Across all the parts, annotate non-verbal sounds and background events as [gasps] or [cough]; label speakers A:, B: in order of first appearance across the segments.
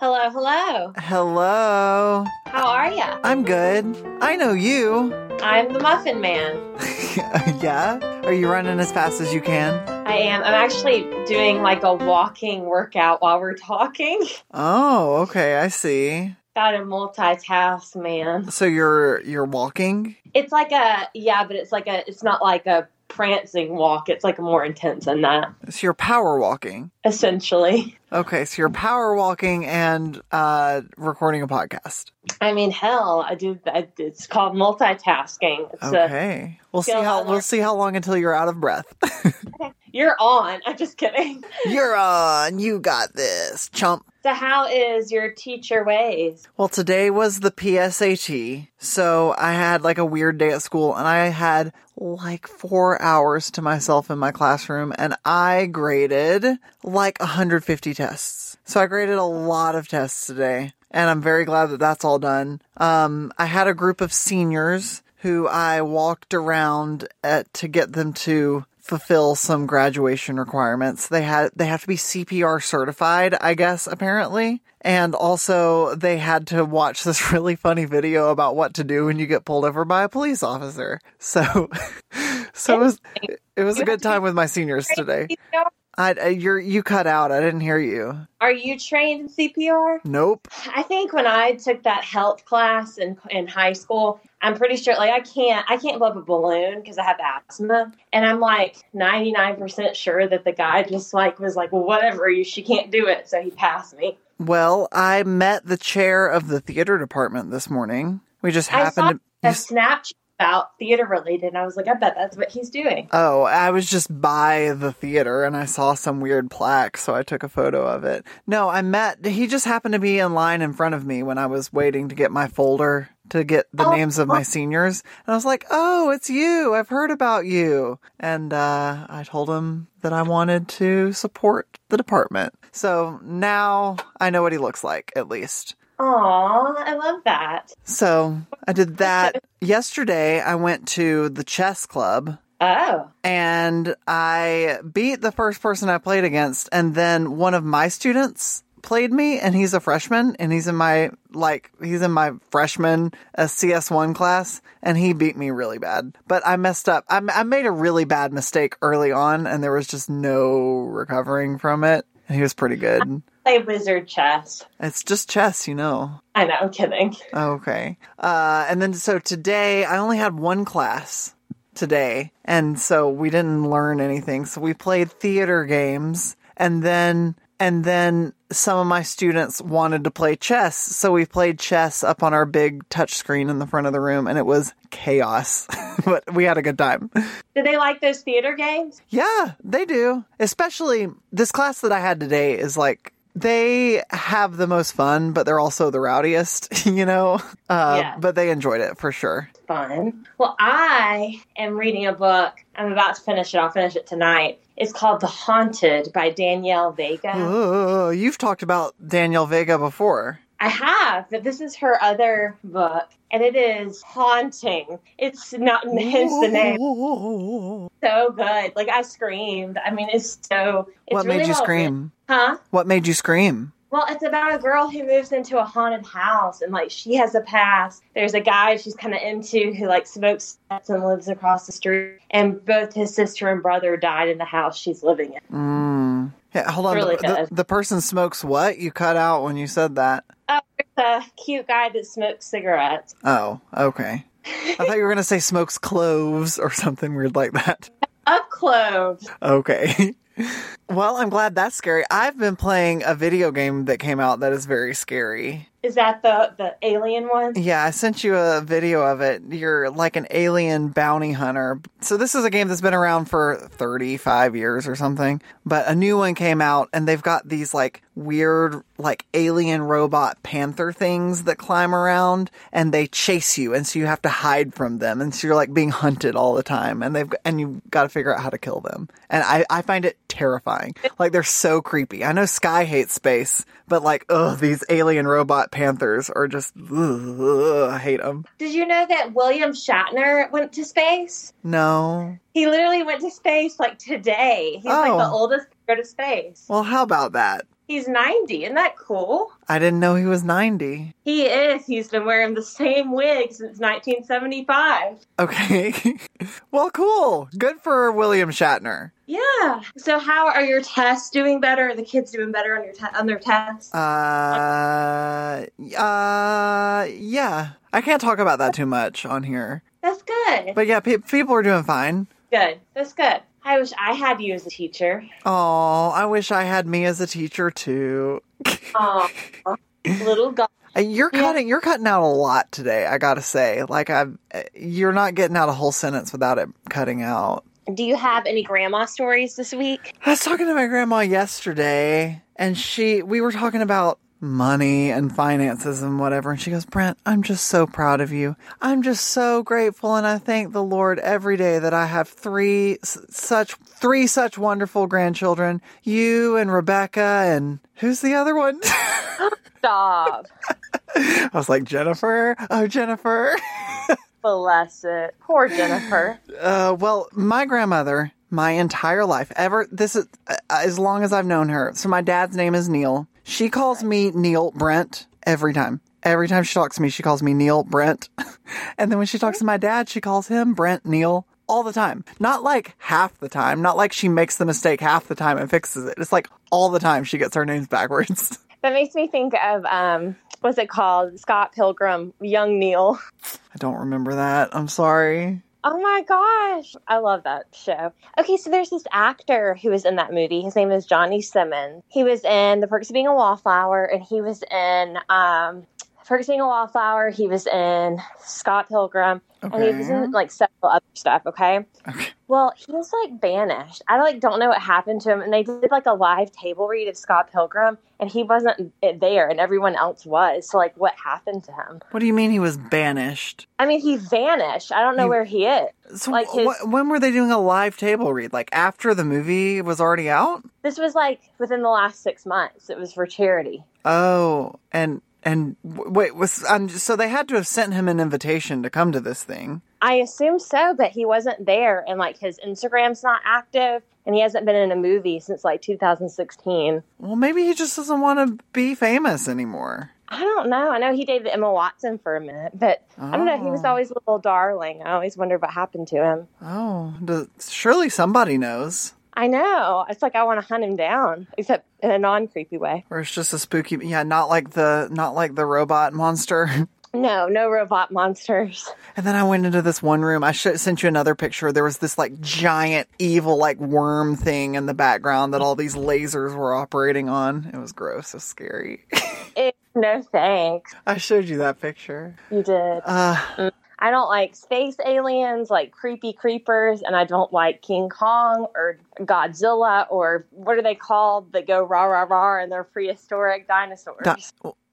A: Hello, hello.
B: Hello.
A: How are ya?
B: I'm good. I know you. [laughs]
A: I'm the Muffin Man.
B: yeah? Are you running as fast as you can?
A: I am. I'm actually doing like a walking workout while we're talking. [laughs]
B: Oh, okay, I see.
A: Gotta multitask, man.
B: So you're you're walking?
A: It's like a yeah, but it's like a it's not like a prancing walk. It's like more intense than that,
B: So you're power walking.
A: essentially.
B: Okay, so you're power walking and uh recording a podcast.
A: I mean, hell, I do. I, it's called multitasking. It's uh, a,
B: Okay. We'll see
A: feel
B: how
A: that
B: we'll
A: work.
B: see how long until you're out of breath. [laughs]
A: you're on. [laughs] I'm just kidding.
B: you're on. You got this, chump.
A: So, how is your teacher ways?
B: Well, today was the PSAT, E. so I had like a weird day at school and I had like four hours to myself in my classroom and I graded like 150 tests. So I graded a lot of tests today and I'm very glad that that's all done. Um, I had a group of seniors who I walked around at, to get them to fulfill some graduation requirements. They had they have to be CPR certified, I guess, apparently. And also they had to watch this [laughs] really funny video about what to do when you get pulled over by a police officer. So
A: [laughs]
B: so it was it was a good time with my seniors today. I I- you're you cut out. I didn't hear you.
A: Are you trained in CPR?
B: Nope.
A: I think when I took that health class in in high school, I'm pretty sure like I can't I can't blow up a balloon because I have asthma, and I'm like 99% sure that the guy just like was like, well, whatever, you she can't do it, so he passed me.
B: Well, I met the chair of the theater department this morning. We just
A: I saw
B: happened
A: a
B: to
A: Snapchat about theater related, and I was like, I bet that's what he's doing.
B: Oh, I was just by the theater and I saw some weird plaque, so I took a photo of it. No, I met, he just happened to be in line in front of me when I was waiting to get my folder to get the
A: Oh.
B: names of my seniors. And I was like, oh, it's you. I've heard about you. And uh, I told him that I wanted to support the department. So now I know what he looks like, at least.
A: Aw, I love that.
B: So I did that. Yesterday, I went to the chess club
A: Oh,
B: and I beat the first person I played against, and then one of my students played me, and he's a freshman, and he's in my like he's in my freshman uh, CS1 class, and he beat me really bad. But I messed up. I, I made a really bad mistake early on, and there was just no recovering from it. And he was pretty good.
A: play wizard chess.
B: It's just chess, you know.
A: I know, I'm kidding.
B: Okay. Uh, and then so today I only had one class today, and so we didn't learn anything. So we played theater games, and then and then some of my students wanted to play chess, so we played chess up on our big touch screen in the front of the room, and it was chaos, [laughs] but we had a good time.
A: Do they like those theater games?
B: Yeah, they do. Especially this class that I had today is like they have the most fun, but they're also the rowdiest, [laughs] you know? Uh,
A: Yeah.
B: But they enjoyed it for sure.
A: fun. Well, I am reading a book. I'm about to finish it. I'll finish it tonight. It's called The Haunted by Danielle Vega.
B: Oh, you've talked about Daniel Vega before.
A: I have, but this is her other book, and it is haunting. It's not, [laughs] hence the name. So good. Like, I screamed. I mean, it's so. It's
B: what
A: really
B: made you
A: well
B: scream?
A: written. Huh?
B: What made you scream?
A: Well, it's about a girl who moves into a haunted house and like she has a past. There's a guy she's kind of into who like smokes sets and lives across the street. And both his sister and brother died in the house she's living in.
B: Mm. Yeah, hold on.
A: Really
B: the, the-
A: good.
B: the person smokes what? You cut out when you said that.
A: Oh, there's a cute guy that smokes cigarettes.
B: Oh, okay. I thought you were going to say smokes cloves or something weird like that.
A: Up clothes.
B: Okay. [laughs] Well, I'm glad that's scary. I've been playing a video game that came out that is very scary.
A: Is that the the alien one?
B: Yeah, I sent you a video of it. You're like an alien bounty hunter. So, this is a game that's been around for 35 years or something, but a new one came out and they've got these like weird, like alien robot panther things that climb around and they chase you. And so you have to hide from them. And so you're like being hunted all the time and they've, and you've got to figure out how to kill them. And I, I find it terrifying. Like they're so creepy. I know Sky hates space, but like, oh, these alien robot panthers are just, ugh, I hate them.
A: Did you know that William Shatner went to space?
B: No.
A: He literally went to space like today. He's like
B: Oh.
A: the oldest to go to space.
B: Well, how about that?
C: He's 90. Isn't that cool?
B: I didn't know he was 90.
C: He is. He's been wearing the same wig since 1975.
B: Okay. [laughs] well, cool. Good for William Shatner.
C: Yeah. So, how are your tests doing better? Are the kids doing better on your te- on their tests?
B: Uh, uh, yeah. I can't talk about that too much on here.
C: That's good.
B: But yeah, pe- people are doing fine.
C: Good. That's good. I wish I had you as a teacher.
B: Oh, I wish I had me as a teacher too.
A: [laughs]
C: Oh, little God.
B: Uh, You're cutting. You're cutting out a lot today. I gotta say, like I, you're not getting out a whole sentence without it cutting out.
C: Do you have any grandma stories this week?
B: I was talking to my grandma yesterday, and she we were talking about money and finances and whatever, and she goes, "Brent, I'm just so proud of you. I'm just so grateful, and I thank the Lord every day that I have three s- such three such wonderful grandchildren. You and Rebecca, and who's the other one?" [laughs]
C: Stop.
B: I was like, "Jennifer, oh Jennifer."
C: Bless it. Poor [laughs] Jennifer.
B: Uh, well, my grandmother, my entire life, ever this is uh, as long as I've known her. So my dad's name is Neil. She calls me Neil Brent every time. Every time she talks to me, she calls me Neil Brent. [laughs] and then when she talks to my dad, she calls him Brent Neil all the time. Not like half the time, not like she makes the mistake half the time and fixes it. It's like all the time she gets her names backwards. [laughs]
A: That makes me think of um, what's it called? Scott Pilgrim, Young Neil.
B: I don't remember that. I'm sorry.
A: Oh my gosh, I love that show. Okay, so there's this actor who was in that movie. His name is Johnny Simmons. He was in The Perks of Being a Wallflower, and he was in um, Perks of Being a Wallflower. He was in Scott Pilgrim, and he was
B: Okay.
A: in like several other stuff. Okay.
B: Okay.
A: Well, he was like banished. I like don't know what happened to him, and they did like a live table read of Scott Pilgrim, and he wasn't eh, there, and everyone else was. So like, what happened to him?
B: What do you mean he was banished?
A: I mean, he vanished. I don't know
B: He-
A: where he is.
B: So
A: Like his-
B: wh- when were they doing a live table read? Like after the movie was already out?
A: This was like within the last six months. It was for charity.
B: Oh, and and w- wait, was I'm just, so they had to have sent him an invitation to come to this thing.
A: I assume so, but he wasn't there, and like his Instagram's not active, and he hasn't been in a movie since like 2016.
B: Well, maybe he just doesn't want to be famous anymore.
A: I don't know. I know he dated Emma Watson for a minute, but I don't know. He was
B: Oh.
A: always a little darling. I always wonder what happened to him.
B: Oh, does, surely somebody knows,
A: I know. It's like I want to hunt him down, except in a non creepy way.
B: or it's just a spooky. Yeah, not like the not like the robot monster. [laughs]
A: No, no robot monsters. [laughs]
B: And then I went into this one room. I should sent you another picture. There was this like giant evil like worm thing in the background that all these lasers were operating on. It was gross. It was scary. [laughs]
A: Eh, no thanks.
B: I showed you that picture.
A: You did.
B: Uh,
A: I don't like space aliens, like creepy creepers, and I don't like King Kong or Godzilla or what are they called that go rah rah rah and they're prehistoric dinosaurs.
B: di-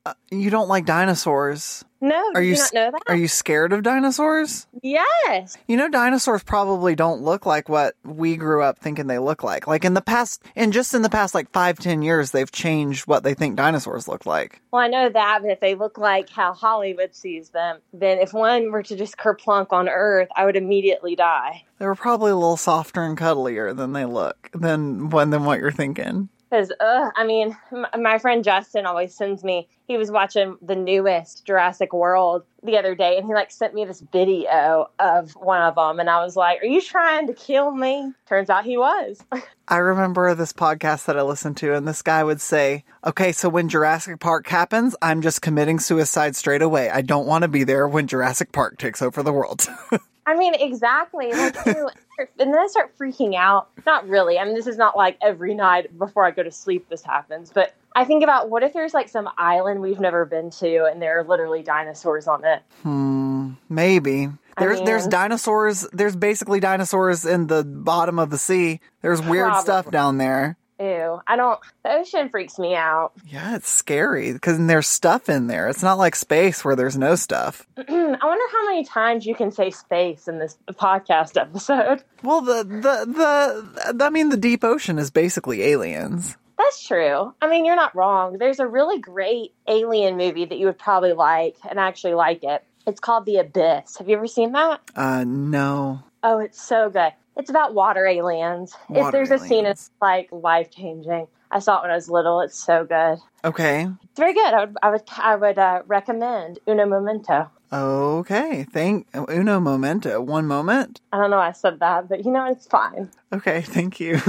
B: uh, you don't like dinosaurs.
A: no, do
B: Are you
A: you
B: s-
A: not know that?
B: Are you scared of dinosaurs?
A: yes.
B: You know, dinosaurs probably don't look like what we grew up thinking they look like. Like in the past, and just in the past like five, ten years, they've changed what they think dinosaurs look like.
A: Well, I know that, but if they look like how Hollywood sees them, then if one were to just kerplunk on Earth, I would immediately die.
B: They were probably a little softer and cuddlier than they look than when than what you're thinking.
A: Because, I mean, m- my friend Justin always sends me. He was watching the newest Jurassic World the other day, and he like sent me this video of one of them, and I was like, "Are you trying to kill me?" Turns out he was. [laughs]
B: I remember this podcast that I listened to, and this guy would say, Okay, so when Jurassic Park happens, I'm just committing suicide straight away. I don't want to be there when Jurassic Park takes over the world. [laughs]
A: I mean, exactly. Like, ew. and then I start freaking out. Not really. I mean, this is not like every night before I go to sleep this happens, but I think about what if there's like some island we've never been to, and there are literally dinosaurs on it.
B: hmm, maybe.
A: I
B: There's, there's
A: mean-
B: dinosaurs. There's basically dinosaurs in the bottom of the sea. There's weird stuff
A: Probably.
B: down there.
A: Ew. I don't. The ocean freaks me out.
B: Yeah, it's scary because there's stuff in there. It's not like space where there's no stuff.
A: [clears throat] I wonder how many times you can say space in this podcast episode. [laughs]
B: Well, the, the, the, I mean, the deep ocean is basically aliens.
A: That's true. I mean, you're not wrong. There's a really great alien movie that you would probably like and actually like it. It's called The Abyss. Have you ever seen that?
B: Uh, no.
A: Oh, it's so good. It's about water aliens.
B: Water
A: if there's a scene
B: aliens.
A: it's like life changing. I saw it when I was little. It's so good.
B: Okay.
A: It's very good. I would I would I would uh, recommend Uno Momento.
B: Okay. Thank uno momento. One moment.
A: I don't know why I said that, but you know it's fine.
B: Okay. [laughs] Thank you.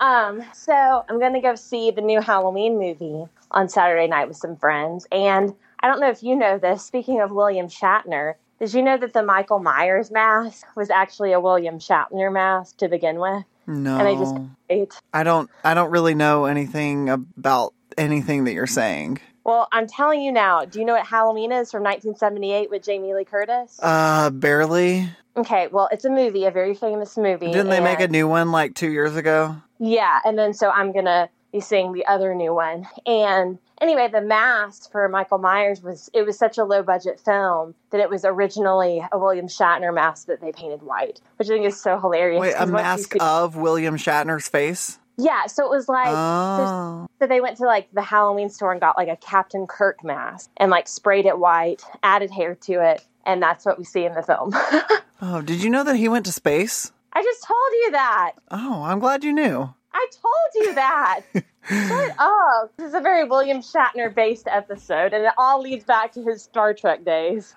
A: Um, so I'm gonna go see the new Halloween movie on Saturday night with some friends, and I don't know if you know this. Speaking of William Shatner, did you know that the Michael Myers mask was actually a William Shatner mask to begin with?
B: No.
A: And I just ate.
B: I don't. I don't really know anything about anything that you're saying.
A: Well, I'm telling you now. Do you know what Halloween is from 1978 with Jamie Lee Curtis?
B: Uh, barely.
A: okay, well, it's a movie, a very famous movie.
B: Didn't they make a
A: and-
B: new one like two years ago?
A: Yeah, and then so I'm gonna be seeing the other new one. And anyway, the mask for Michael Myers was it was such a low budget film that it was originally a William Shatner mask that they painted white, which I think is so hilarious.
B: Wait, a
A: 'cause once you
B: mask
A: see-
B: of William Shatner's face.
A: Yeah, so it was like
B: oh.
A: so they went to like the Halloween store and got like a Captain Kirk mask and like sprayed it white, added hair to it, and that's what we see in the film. [laughs] I
B: Oh, did you know that he went to space?
A: just told you that.
B: Oh, I'm glad you knew.
A: I told you that. Shut up. This is a very William Shatner based episode, and it all leads back to his Star Trek days.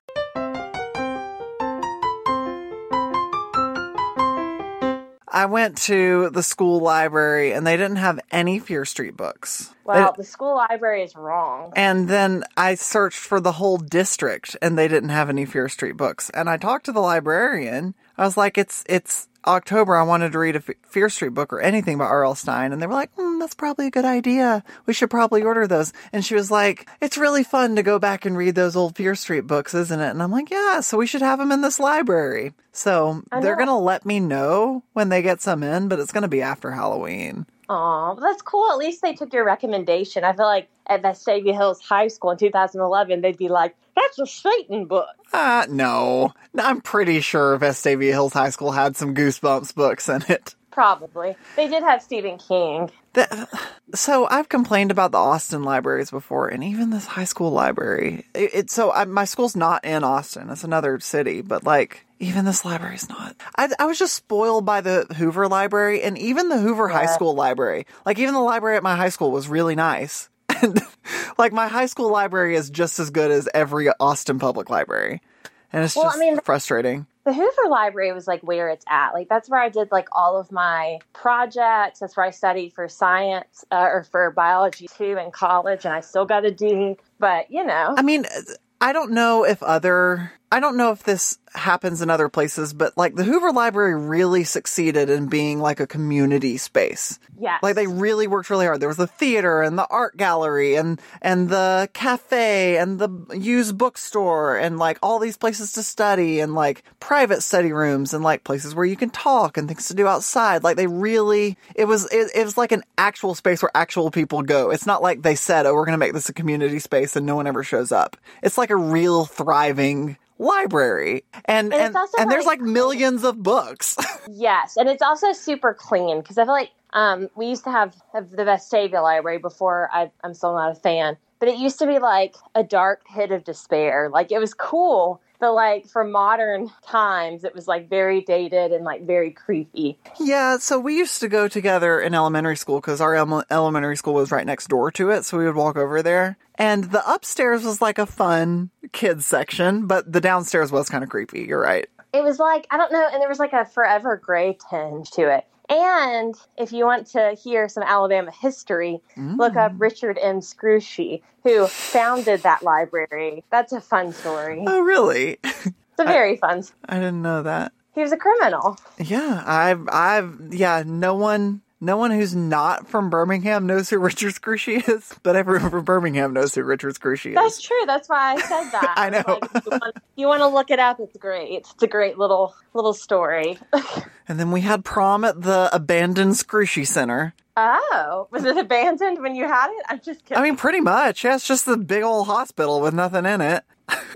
B: I went to the school library and they didn't have any Fear Street books. They-
A: Wow, the school library is wrong.
B: And then I searched for the whole district and they didn't have any Fear Street books. And I talked to the librarian. I was like, it's, it's October. I wanted to read a F- Fear Street book or anything by R.L. Stein. And they were like, mm, that's probably a good idea. We should probably order those. And she was like, it's really fun to go back and read those old Fear Street books, isn't it? And I'm like, yeah, so we should have them in this library. So
A: I
B: they're
A: know.
B: going to let me know when they get some in, but it's going to be after Halloween.
A: Aw, but that's cool. At least they took your recommendation. I feel like at Vestavia Hills High School in 2011, they'd be like, that's a Satan book.
B: Uh, no. No, I'm pretty sure Vestavia Hills High School had some Goosebumps books in it.
A: Probably. They did have Stephen King.
B: That, so I've complained about the Austin libraries before, and even this high school library. It, it- so I, my school's not in Austin; it's another city. But like, even this library's not. I, I was just spoiled by the Hoover Library, and even the Hoover High
A: Yeah.
B: School library. Like, even the library at my high school was really nice. [laughs] And like, my high school library is just as good as every Austin public library, and it's
A: Well, I
B: just
A: mean-
B: frustrating.
A: the Hoover Library was like where it's at. Like that's where I did like all of my projects. That's where I studied for science uh, or for biology too in college, and I still got a D. But you know,
B: I mean, I don't know if other, I don't know if this happens in other places, but like the Hoover Library really succeeded in being like a community space.
A: yes,
B: Like they really worked really hard. There was the theater and the art gallery and and the cafe and the used bookstore and like all these places to study and like private study rooms and like places where you can talk and things to do outside. Like they really it was it, it was like an actual space where actual people go. It's not like they said, "Oh, we're going to make this a community space and no one ever shows up." It's like a real thriving library.
A: And
B: And
A: it's
B: and, and,
A: also
B: there's
A: like-
B: like millions of books.
A: yes, and it's also super clean because I feel like um, we used to have, have the Vestavia Library before. I, I'm still not a fan, but it used to be like a dark pit of despair. Like it was cool. But like for modern times, it was like very dated and like very creepy.
B: Yeah, so we used to go together in elementary school because our ele- elementary school was right next door to it, so we would walk over there. And the upstairs was like a fun kids section, but the downstairs was kind of creepy. You're right.
A: it was like I don't know, and there was like a forever gray tinge to it. And if you want to hear some Alabama history, look up
B: Mm.
A: Richard M. Scrushy, who founded that library. That's a fun story. It's
B: Oh, really?
A: a very fun. s-
B: I didn't know that.
A: He was a criminal.
B: Yeah, I've, I've, yeah, no one, no one who's not from Birmingham knows who Richard Scrushy is, but everyone from Birmingham knows who Richard Scrushy is.
A: That's true. That's why I
B: [laughs]
A: said that.
B: I
A: was
B: know.
A: like, if you want- you want to look it up? It's great. It's a great little little story. [laughs]
B: and then we had prom at the abandoned Scrushy Center.
A: Oh, was it abandoned when you had it? I'm just kidding.
B: I mean, pretty much. Yeah, it's just the big old hospital with nothing in it.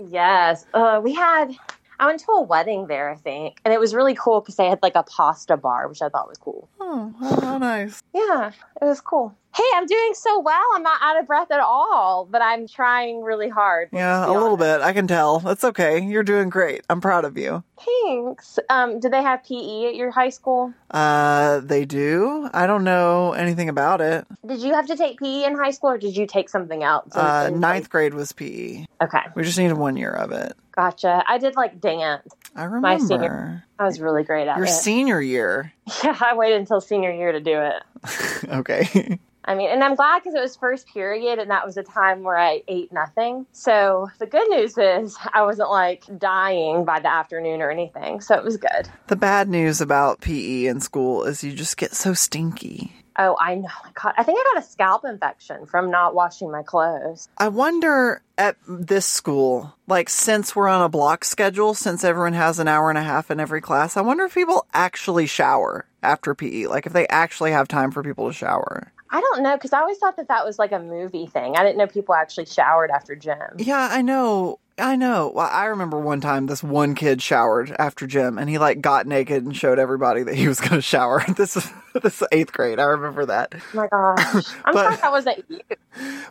A: Yes. Uh, we had, I went to a wedding there, I think. And it was really cool because they had like a pasta bar, which I thought was cool.
B: Oh, how, how nice.
A: Yeah, it was cool. hey, I'm doing so well. I'm not out of breath at all, but I'm trying really hard.
B: Yeah, a little bit. I can tell. That's okay. You're doing great. I'm proud of you.
A: Thanks. Um, do they have PE at your high school?
B: Uh, they do. I don't know anything about it.
A: Did you have to take PE in high school, or did you take something else? in-
B: Uh,
A: in-
B: ninth grade was PE.
A: Okay,
B: We just needed one year of it.
A: gotcha. I did like dance.
B: I
A: My senior-
B: remember
A: I was really great at
B: your
A: it.
B: senior year.
A: [laughs]
B: [laughs]
A: yeah, I waited until senior year to do it.
B: okay. [laughs]
A: I mean, and I'm glad because it was first period, and that was a time where I ate nothing. So the good news is [laughs] I wasn't like dying by the afternoon or anything. So it was good.
B: The bad news about PE in school is you just get so stinky.
A: Oh, I know. I got. I think I got a scalp infection from not washing my clothes.
B: I wonder at this school, like since we're on a block schedule, since everyone has an hour and a half in every class, I wonder if people actually shower after PE, like if they actually have time for people to shower.
A: I don't know because I always thought that that was like a movie thing. I didn't know people actually showered after
B: [laughs]
A: gym.
B: Yeah, I know. I know. Well, I remember one time this one kid showered after gym and he like got naked and showed everybody that he was going to [laughs] shower. This is this is 8th grade. I remember that.
A: Oh my gosh! I'm
B: But-
A: sorry that wasn't you.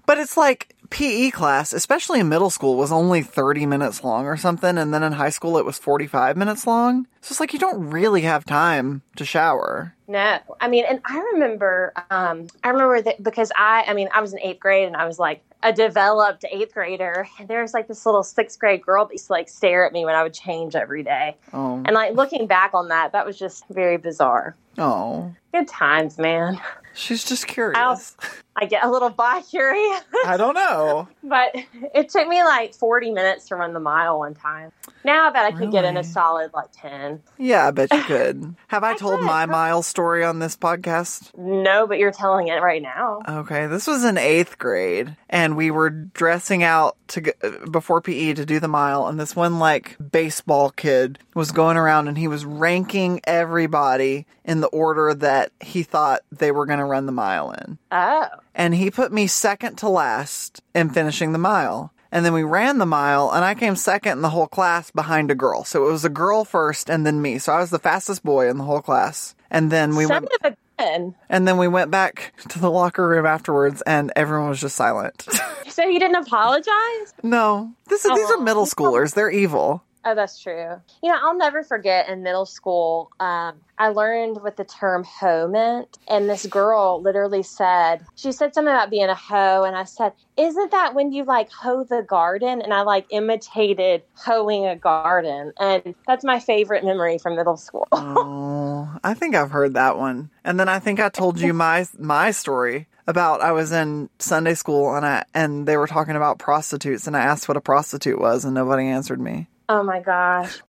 B: But it's like PE class, especially in middle school, was only 30 minutes long or something. And then in high school, it was 45 minutes long. So it's like you don't really have time to shower.
A: No, I mean, and I remember, um, I remember that because I, I mean, I was in eighth grade and I was like a developed eighth grader. And there was like this little sixth grade girl that used to like stare at me when I would change every day.
B: Oh,
A: And like looking back on that, that was just very bizarre.
B: oh.
A: Good times, man.
B: She's just curious.
A: I get a little bi curious,
B: I don't know.
A: [laughs] but it took me like 40 minutes to run the mile one time. Now I bet I could get in a
B: Really?
A: solid like 10.
B: Yeah, I bet you could. Have I
A: I
B: told
A: could.
B: my Miles story on this podcast?
A: No, but you're telling it right now.
B: Okay, this was in eighth grade, and we were dressing out to g- before PE to do the mile, and this one like baseball kid was going around and he was ranking everybody in the order that he thought they were going to run the mile in,
A: Oh,
B: and he put me second to last in finishing the mile. And then we ran the mile, and I came second in the whole class behind a girl. So it was a girl first, and then me. So I was the fastest boy in the whole class. And then we went
A: Oh, son of a gun.
B: and then we went back to the locker room afterwards, and everyone was just silent. [laughs]
A: So you didn't apologize?
B: no, this is, these are
A: Aw.
B: middle schoolers. They're evil.
A: Oh, that's true. You know, I'll never forget in middle school, um, I learned what the term hoe meant. And this girl literally said, she said something about being a hoe. And I said, Isn't that when you like hoe the garden? And I like imitated hoeing a garden. And that's my favorite memory from middle school. [laughs]
B: oh, I think I've heard that one. And then I think I told you my my story about I was in Sunday school, and I and they were talking about prostitutes, and I asked what a prostitute was, and nobody answered me.
A: Oh my gosh.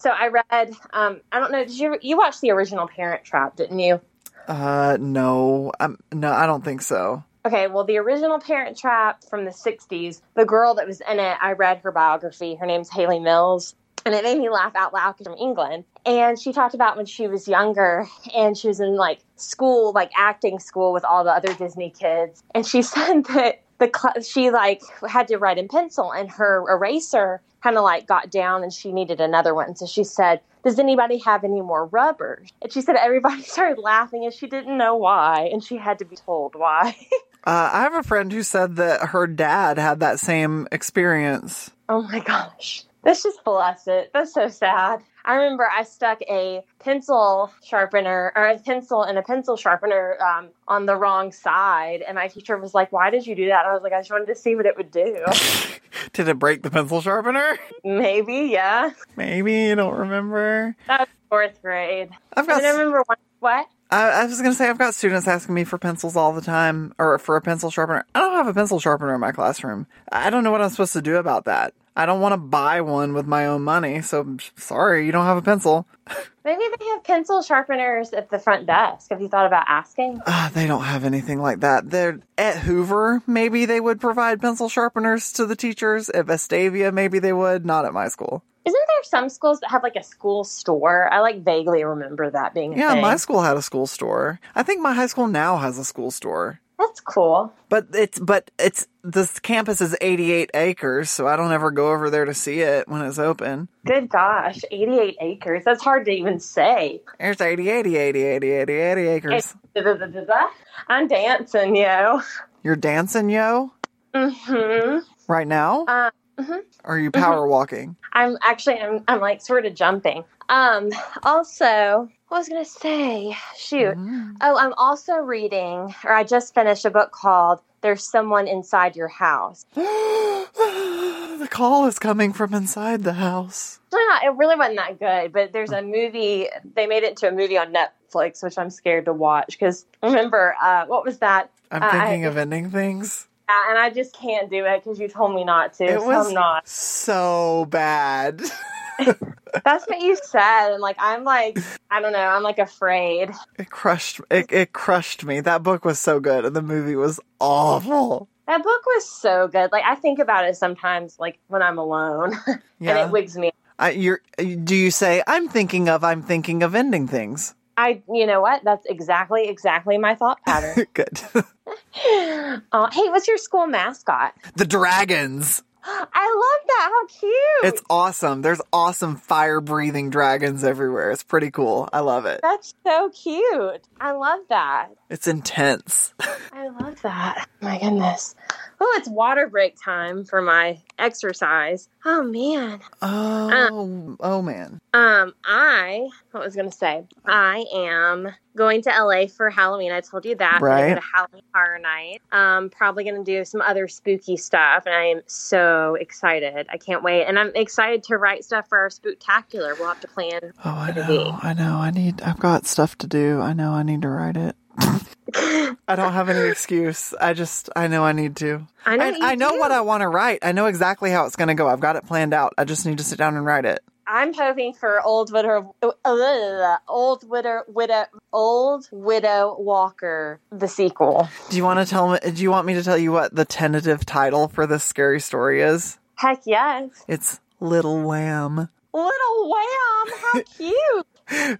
A: So I read, um, I don't know, did you, you watch the original Parent Trap, didn't you?
B: Uh, no, i no, I don't think so.
A: Okay, well, the original Parent Trap from the 60s, the girl that was in it, I read her biography. Her name's Haley Mills. And it made me laugh out loud 'cause from England. And she talked about when she was younger and she was in like school, like acting school with all the other Disney kids. And she [laughs] said that the cl- she like had to write in pencil and her eraser kind of like got down and she needed another one. So she said, does anybody have any more rubbers? And she said everybody [laughs] started laughing and she didn't know why. And she had to be told why.
B: Uh, I have a friend who said that her dad had that same experience.
A: Oh my gosh. That's just blessed. That's so sad. I remember I stuck a pencil sharpener or a pencil and a pencil sharpener um, on the wrong side. And my teacher was like, Why did you do that? And I was like, I just wanted to see what it would do.
B: Did it break the pencil sharpener? [laughs]
A: Maybe, yeah.
B: Maybe you don't remember.
A: That was fourth grade.
B: I've
A: And
B: got.
A: then I remember one, what?
B: I, I was gonna say I've got students asking me for pencils all the time, or for a pencil sharpener. I don't have a pencil sharpener in my classroom. I don't know what I'm supposed to do about that. I don't want to buy one with my own money, so I'm sorry you don't have a pencil.
A: Maybe they have pencil sharpeners at the front desk. Have you thought about asking?
B: Uh, they don't have anything like that. They're at Hoover. Maybe they would provide pencil sharpeners to the teachers. At Vestavia, maybe they would. Not at my school.
A: Isn't there some schools that have like a school store? I like vaguely remember that being a
B: Yeah,
A: thing.
B: my school had a school store. I think my high school now has a school store.
A: That's cool.
B: But it's but it's this campus is 88 acres, so I don't ever go over there to see it when it's open.
C: Good gosh, 88 acres. That's hard to even say.
B: There's 80, 80, 80, 80, 80, 80 acres.
C: I'm dancing, yo.
B: You're dancing, yo,
A: Mm-hmm.
C: hmm
B: right now?
A: Uh, mhm.
B: Are you power walking?
A: I'm actually I'm I'm like sort of jumping. Um also what was I gonna say? Shoot.
B: Mm.
A: Oh, I'm also reading or I just finished a book called There's Someone Inside Your House.
B: [gasps] the call is coming from inside the house.
A: It's really not- it really wasn't that good, but there's a movie they made it into a movie on Netflix, which I'm scared to watch because remember, uh what was that?
B: I'm
A: Uh, I-
B: thinking of ending things.
A: Uh, and I just can't do it because you told me not to.
B: It
A: so
B: was
A: I'm
B: [laughs]
A: not.
B: so bad. [laughs]
A: That's what you said. And like, I'm like, I don't know. I'm like afraid.
B: It crushed it, it crushed me. That book was so good and the movie was awful.
A: That book was so good. Like, I think about it sometimes, like when I'm alone, [laughs] and
B: Yeah.
A: it wigs me.
B: I, you're, do you say I'm thinking of I'm thinking of ending things? [laughs]
A: I, you know what? That's exactly, exactly my thought
B: [laughs]
A: pattern. [gasps]
B: good.
A: uh, hey, what's your school mascot? [gasps]
B: the dragons.
A: I love that. How cute.
B: It's awesome. There's awesome fire breathing dragons everywhere. It's pretty cool. I love it.
A: That's so cute. I love that.
B: It's intense. [laughs]
A: I love that. My goodness. Oh, it's water break time for my exercise. Oh, man.
B: Oh, oh man.
A: Um, I what was I gonna say? I am going to LA for Halloween. I told you that. I'm gonna
B: Right.
A: go to Halloween Horror Night. Um, probably gonna do some other spooky stuff, and I am so excited. I can't wait, and I'm excited to write stuff for our spooktacular. We'll have to plan. [laughs]
B: Oh, I
A: It'll
B: know. I know. I need I've got stuff to do. I know I need to write it. I don't have any excuse. I just I know I need to.
A: I know.
B: I,
A: you
B: I know
A: do.
B: what I want to write. I know exactly how it's going to go. I've got it planned out. I just need to sit down and write it.
A: I'm hoping for old widow, uh, old widow, widow, old widow Walker, the sequel.
B: Do you want to tell me? Do you want me to tell you what the tentative title for this scary story is?
A: Heck yes,
B: It's Little Lamb, [laughs]
A: little wham! How cute.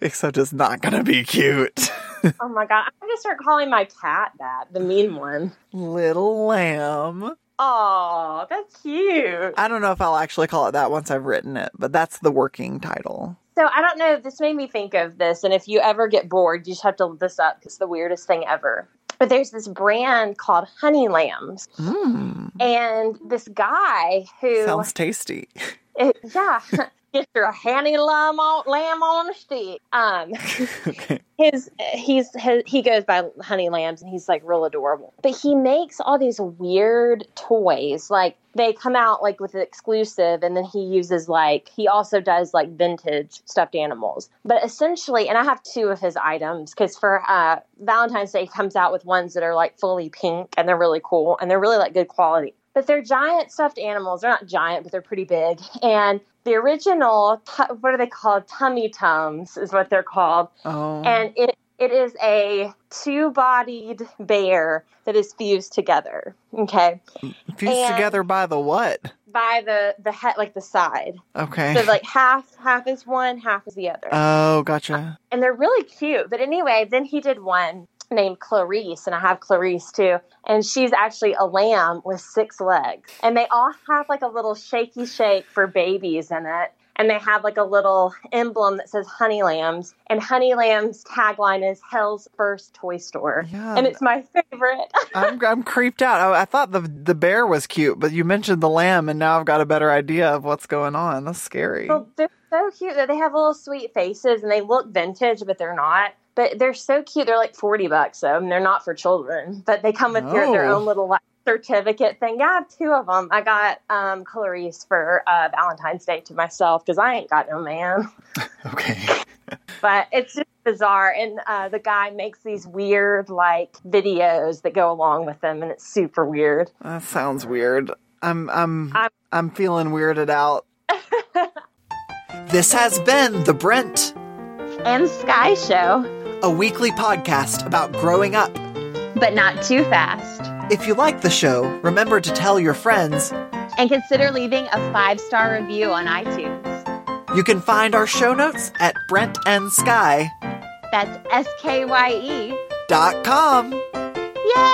B: except it's not going to be cute. [laughs]
A: Oh my god, I'm gonna start calling my cat that, the mean one.
B: Little Lamb.
A: Oh, that's cute.
B: I don't know if I'll actually call it that once I've written it, but that's the working title.
A: So I don't know, this made me think of this, and if you ever get bored, you just have to look this up. It's the weirdest thing ever. But there's this brand called Honey Lambs,
B: Mmm.
A: and this guy who,
B: Sounds tasty.
A: [laughs]
B: [laughs]
A: yeah, [laughs] get your honey lamb on, lamb on a stick. Um,
B: okay.
A: his he's his, he goes by honey lambs and he's like real adorable but he makes all these weird toys like they come out like with exclusive and then he uses like he also does like vintage stuffed animals but essentially and i have two of his items because for uh, valentine's day he comes out with ones that are like fully pink and they're really cool and they're really like good quality but they're giant stuffed animals they're not giant but they're pretty big and the original, tu what are they called? Tummy tums is what they're called
B: Oh.
A: and it it is a two-bodied bear that is fused together. Okay,
B: Fused
A: and-
B: together by the what?
A: by the the head, like the side.
B: Okay.
A: So like half half is one, half is the other, [laughs]
B: oh, gotcha.
A: and they're really cute. But anyway, then he did one named Clarice, and I have Clarice too, and she's actually a lamb with six legs, and they all have like a little shaky shake for babies in it. And they have like a little emblem that says Honey Lambs, and Honey Lambs tagline is Hell's first toy store.
B: Yeah.
A: and it's my favorite.
B: I'm I'm creeped out. Oh, I, I thought the the bear was cute, but you mentioned the lamb, and now I've got a better idea of what's going on. That's scary.
A: Well, [laughs] they're so cute that they have little sweet faces and they look vintage, but they're not. But they're so cute. They're like forty bucks, though, and they're not for children. But they come with their, their
B: No.
A: own little like, certificate thing. Yeah, I have two of them. I got um, Clarice for uh, Valentine's Day to myself because I ain't got no man. [laughs]
B: Okay.
A: But it's just bizarre. And uh, the guy makes these weird like videos that go along with them, and it's super weird.
B: That sounds weird. I'm I'm
A: I'm-
B: I'm feeling weirded out. this has been the Brent,
A: And Sky Show,
B: a weekly podcast about growing up.
A: but not too fast.
B: If you like the show, remember to tell your friends.
A: and consider leaving a five star review on iTunes.
B: You can find our show notes at brentandsky.com.
A: That's S K Y E.
B: dot com.
A: Yay!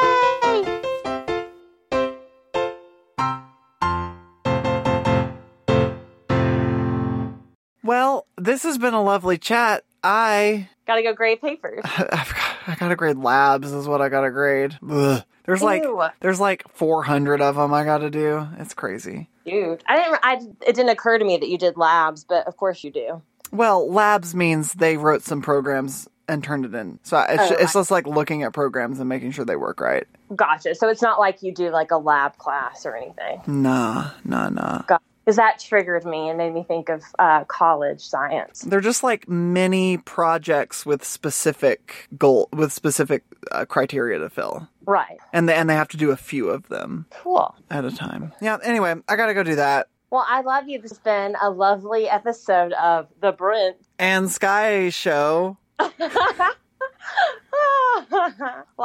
B: Well, this has been a lovely chat. I
A: Gotta go grade papers.
B: [sighs] I, forgot, I gotta grade labs is what I gotta grade. Ugh. There's like
A: Ew.
B: there's like 400 of them I gotta do. It's crazy.
A: Dude, I didn't. I it didn't occur to me that you did labs, but of course you do.
B: Well, labs means they wrote some programs and turned it in. So it's,
A: Oh,
B: it's just like looking at programs and making sure they work right.
A: Gotcha. So it's not like you do like a lab class or anything.
B: Nah, nah, nah.
A: Because that triggered me and made me think of uh, college science.
B: They're just like mini projects with specific goal with specific uh, criteria to fill.
A: Right.
B: And they, and they have to do a few of them
A: Cool.
B: at a time. Yeah, anyway, I got to go do that.
A: Well, I love you. This has been a lovely episode of The Brent. [laughs]
B: And Sky Show.
A: well,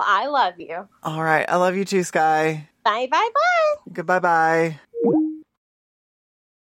A: I love you.
B: All right, I love you too, Sky.
A: Bye, bye, bye.
B: Goodbye bye.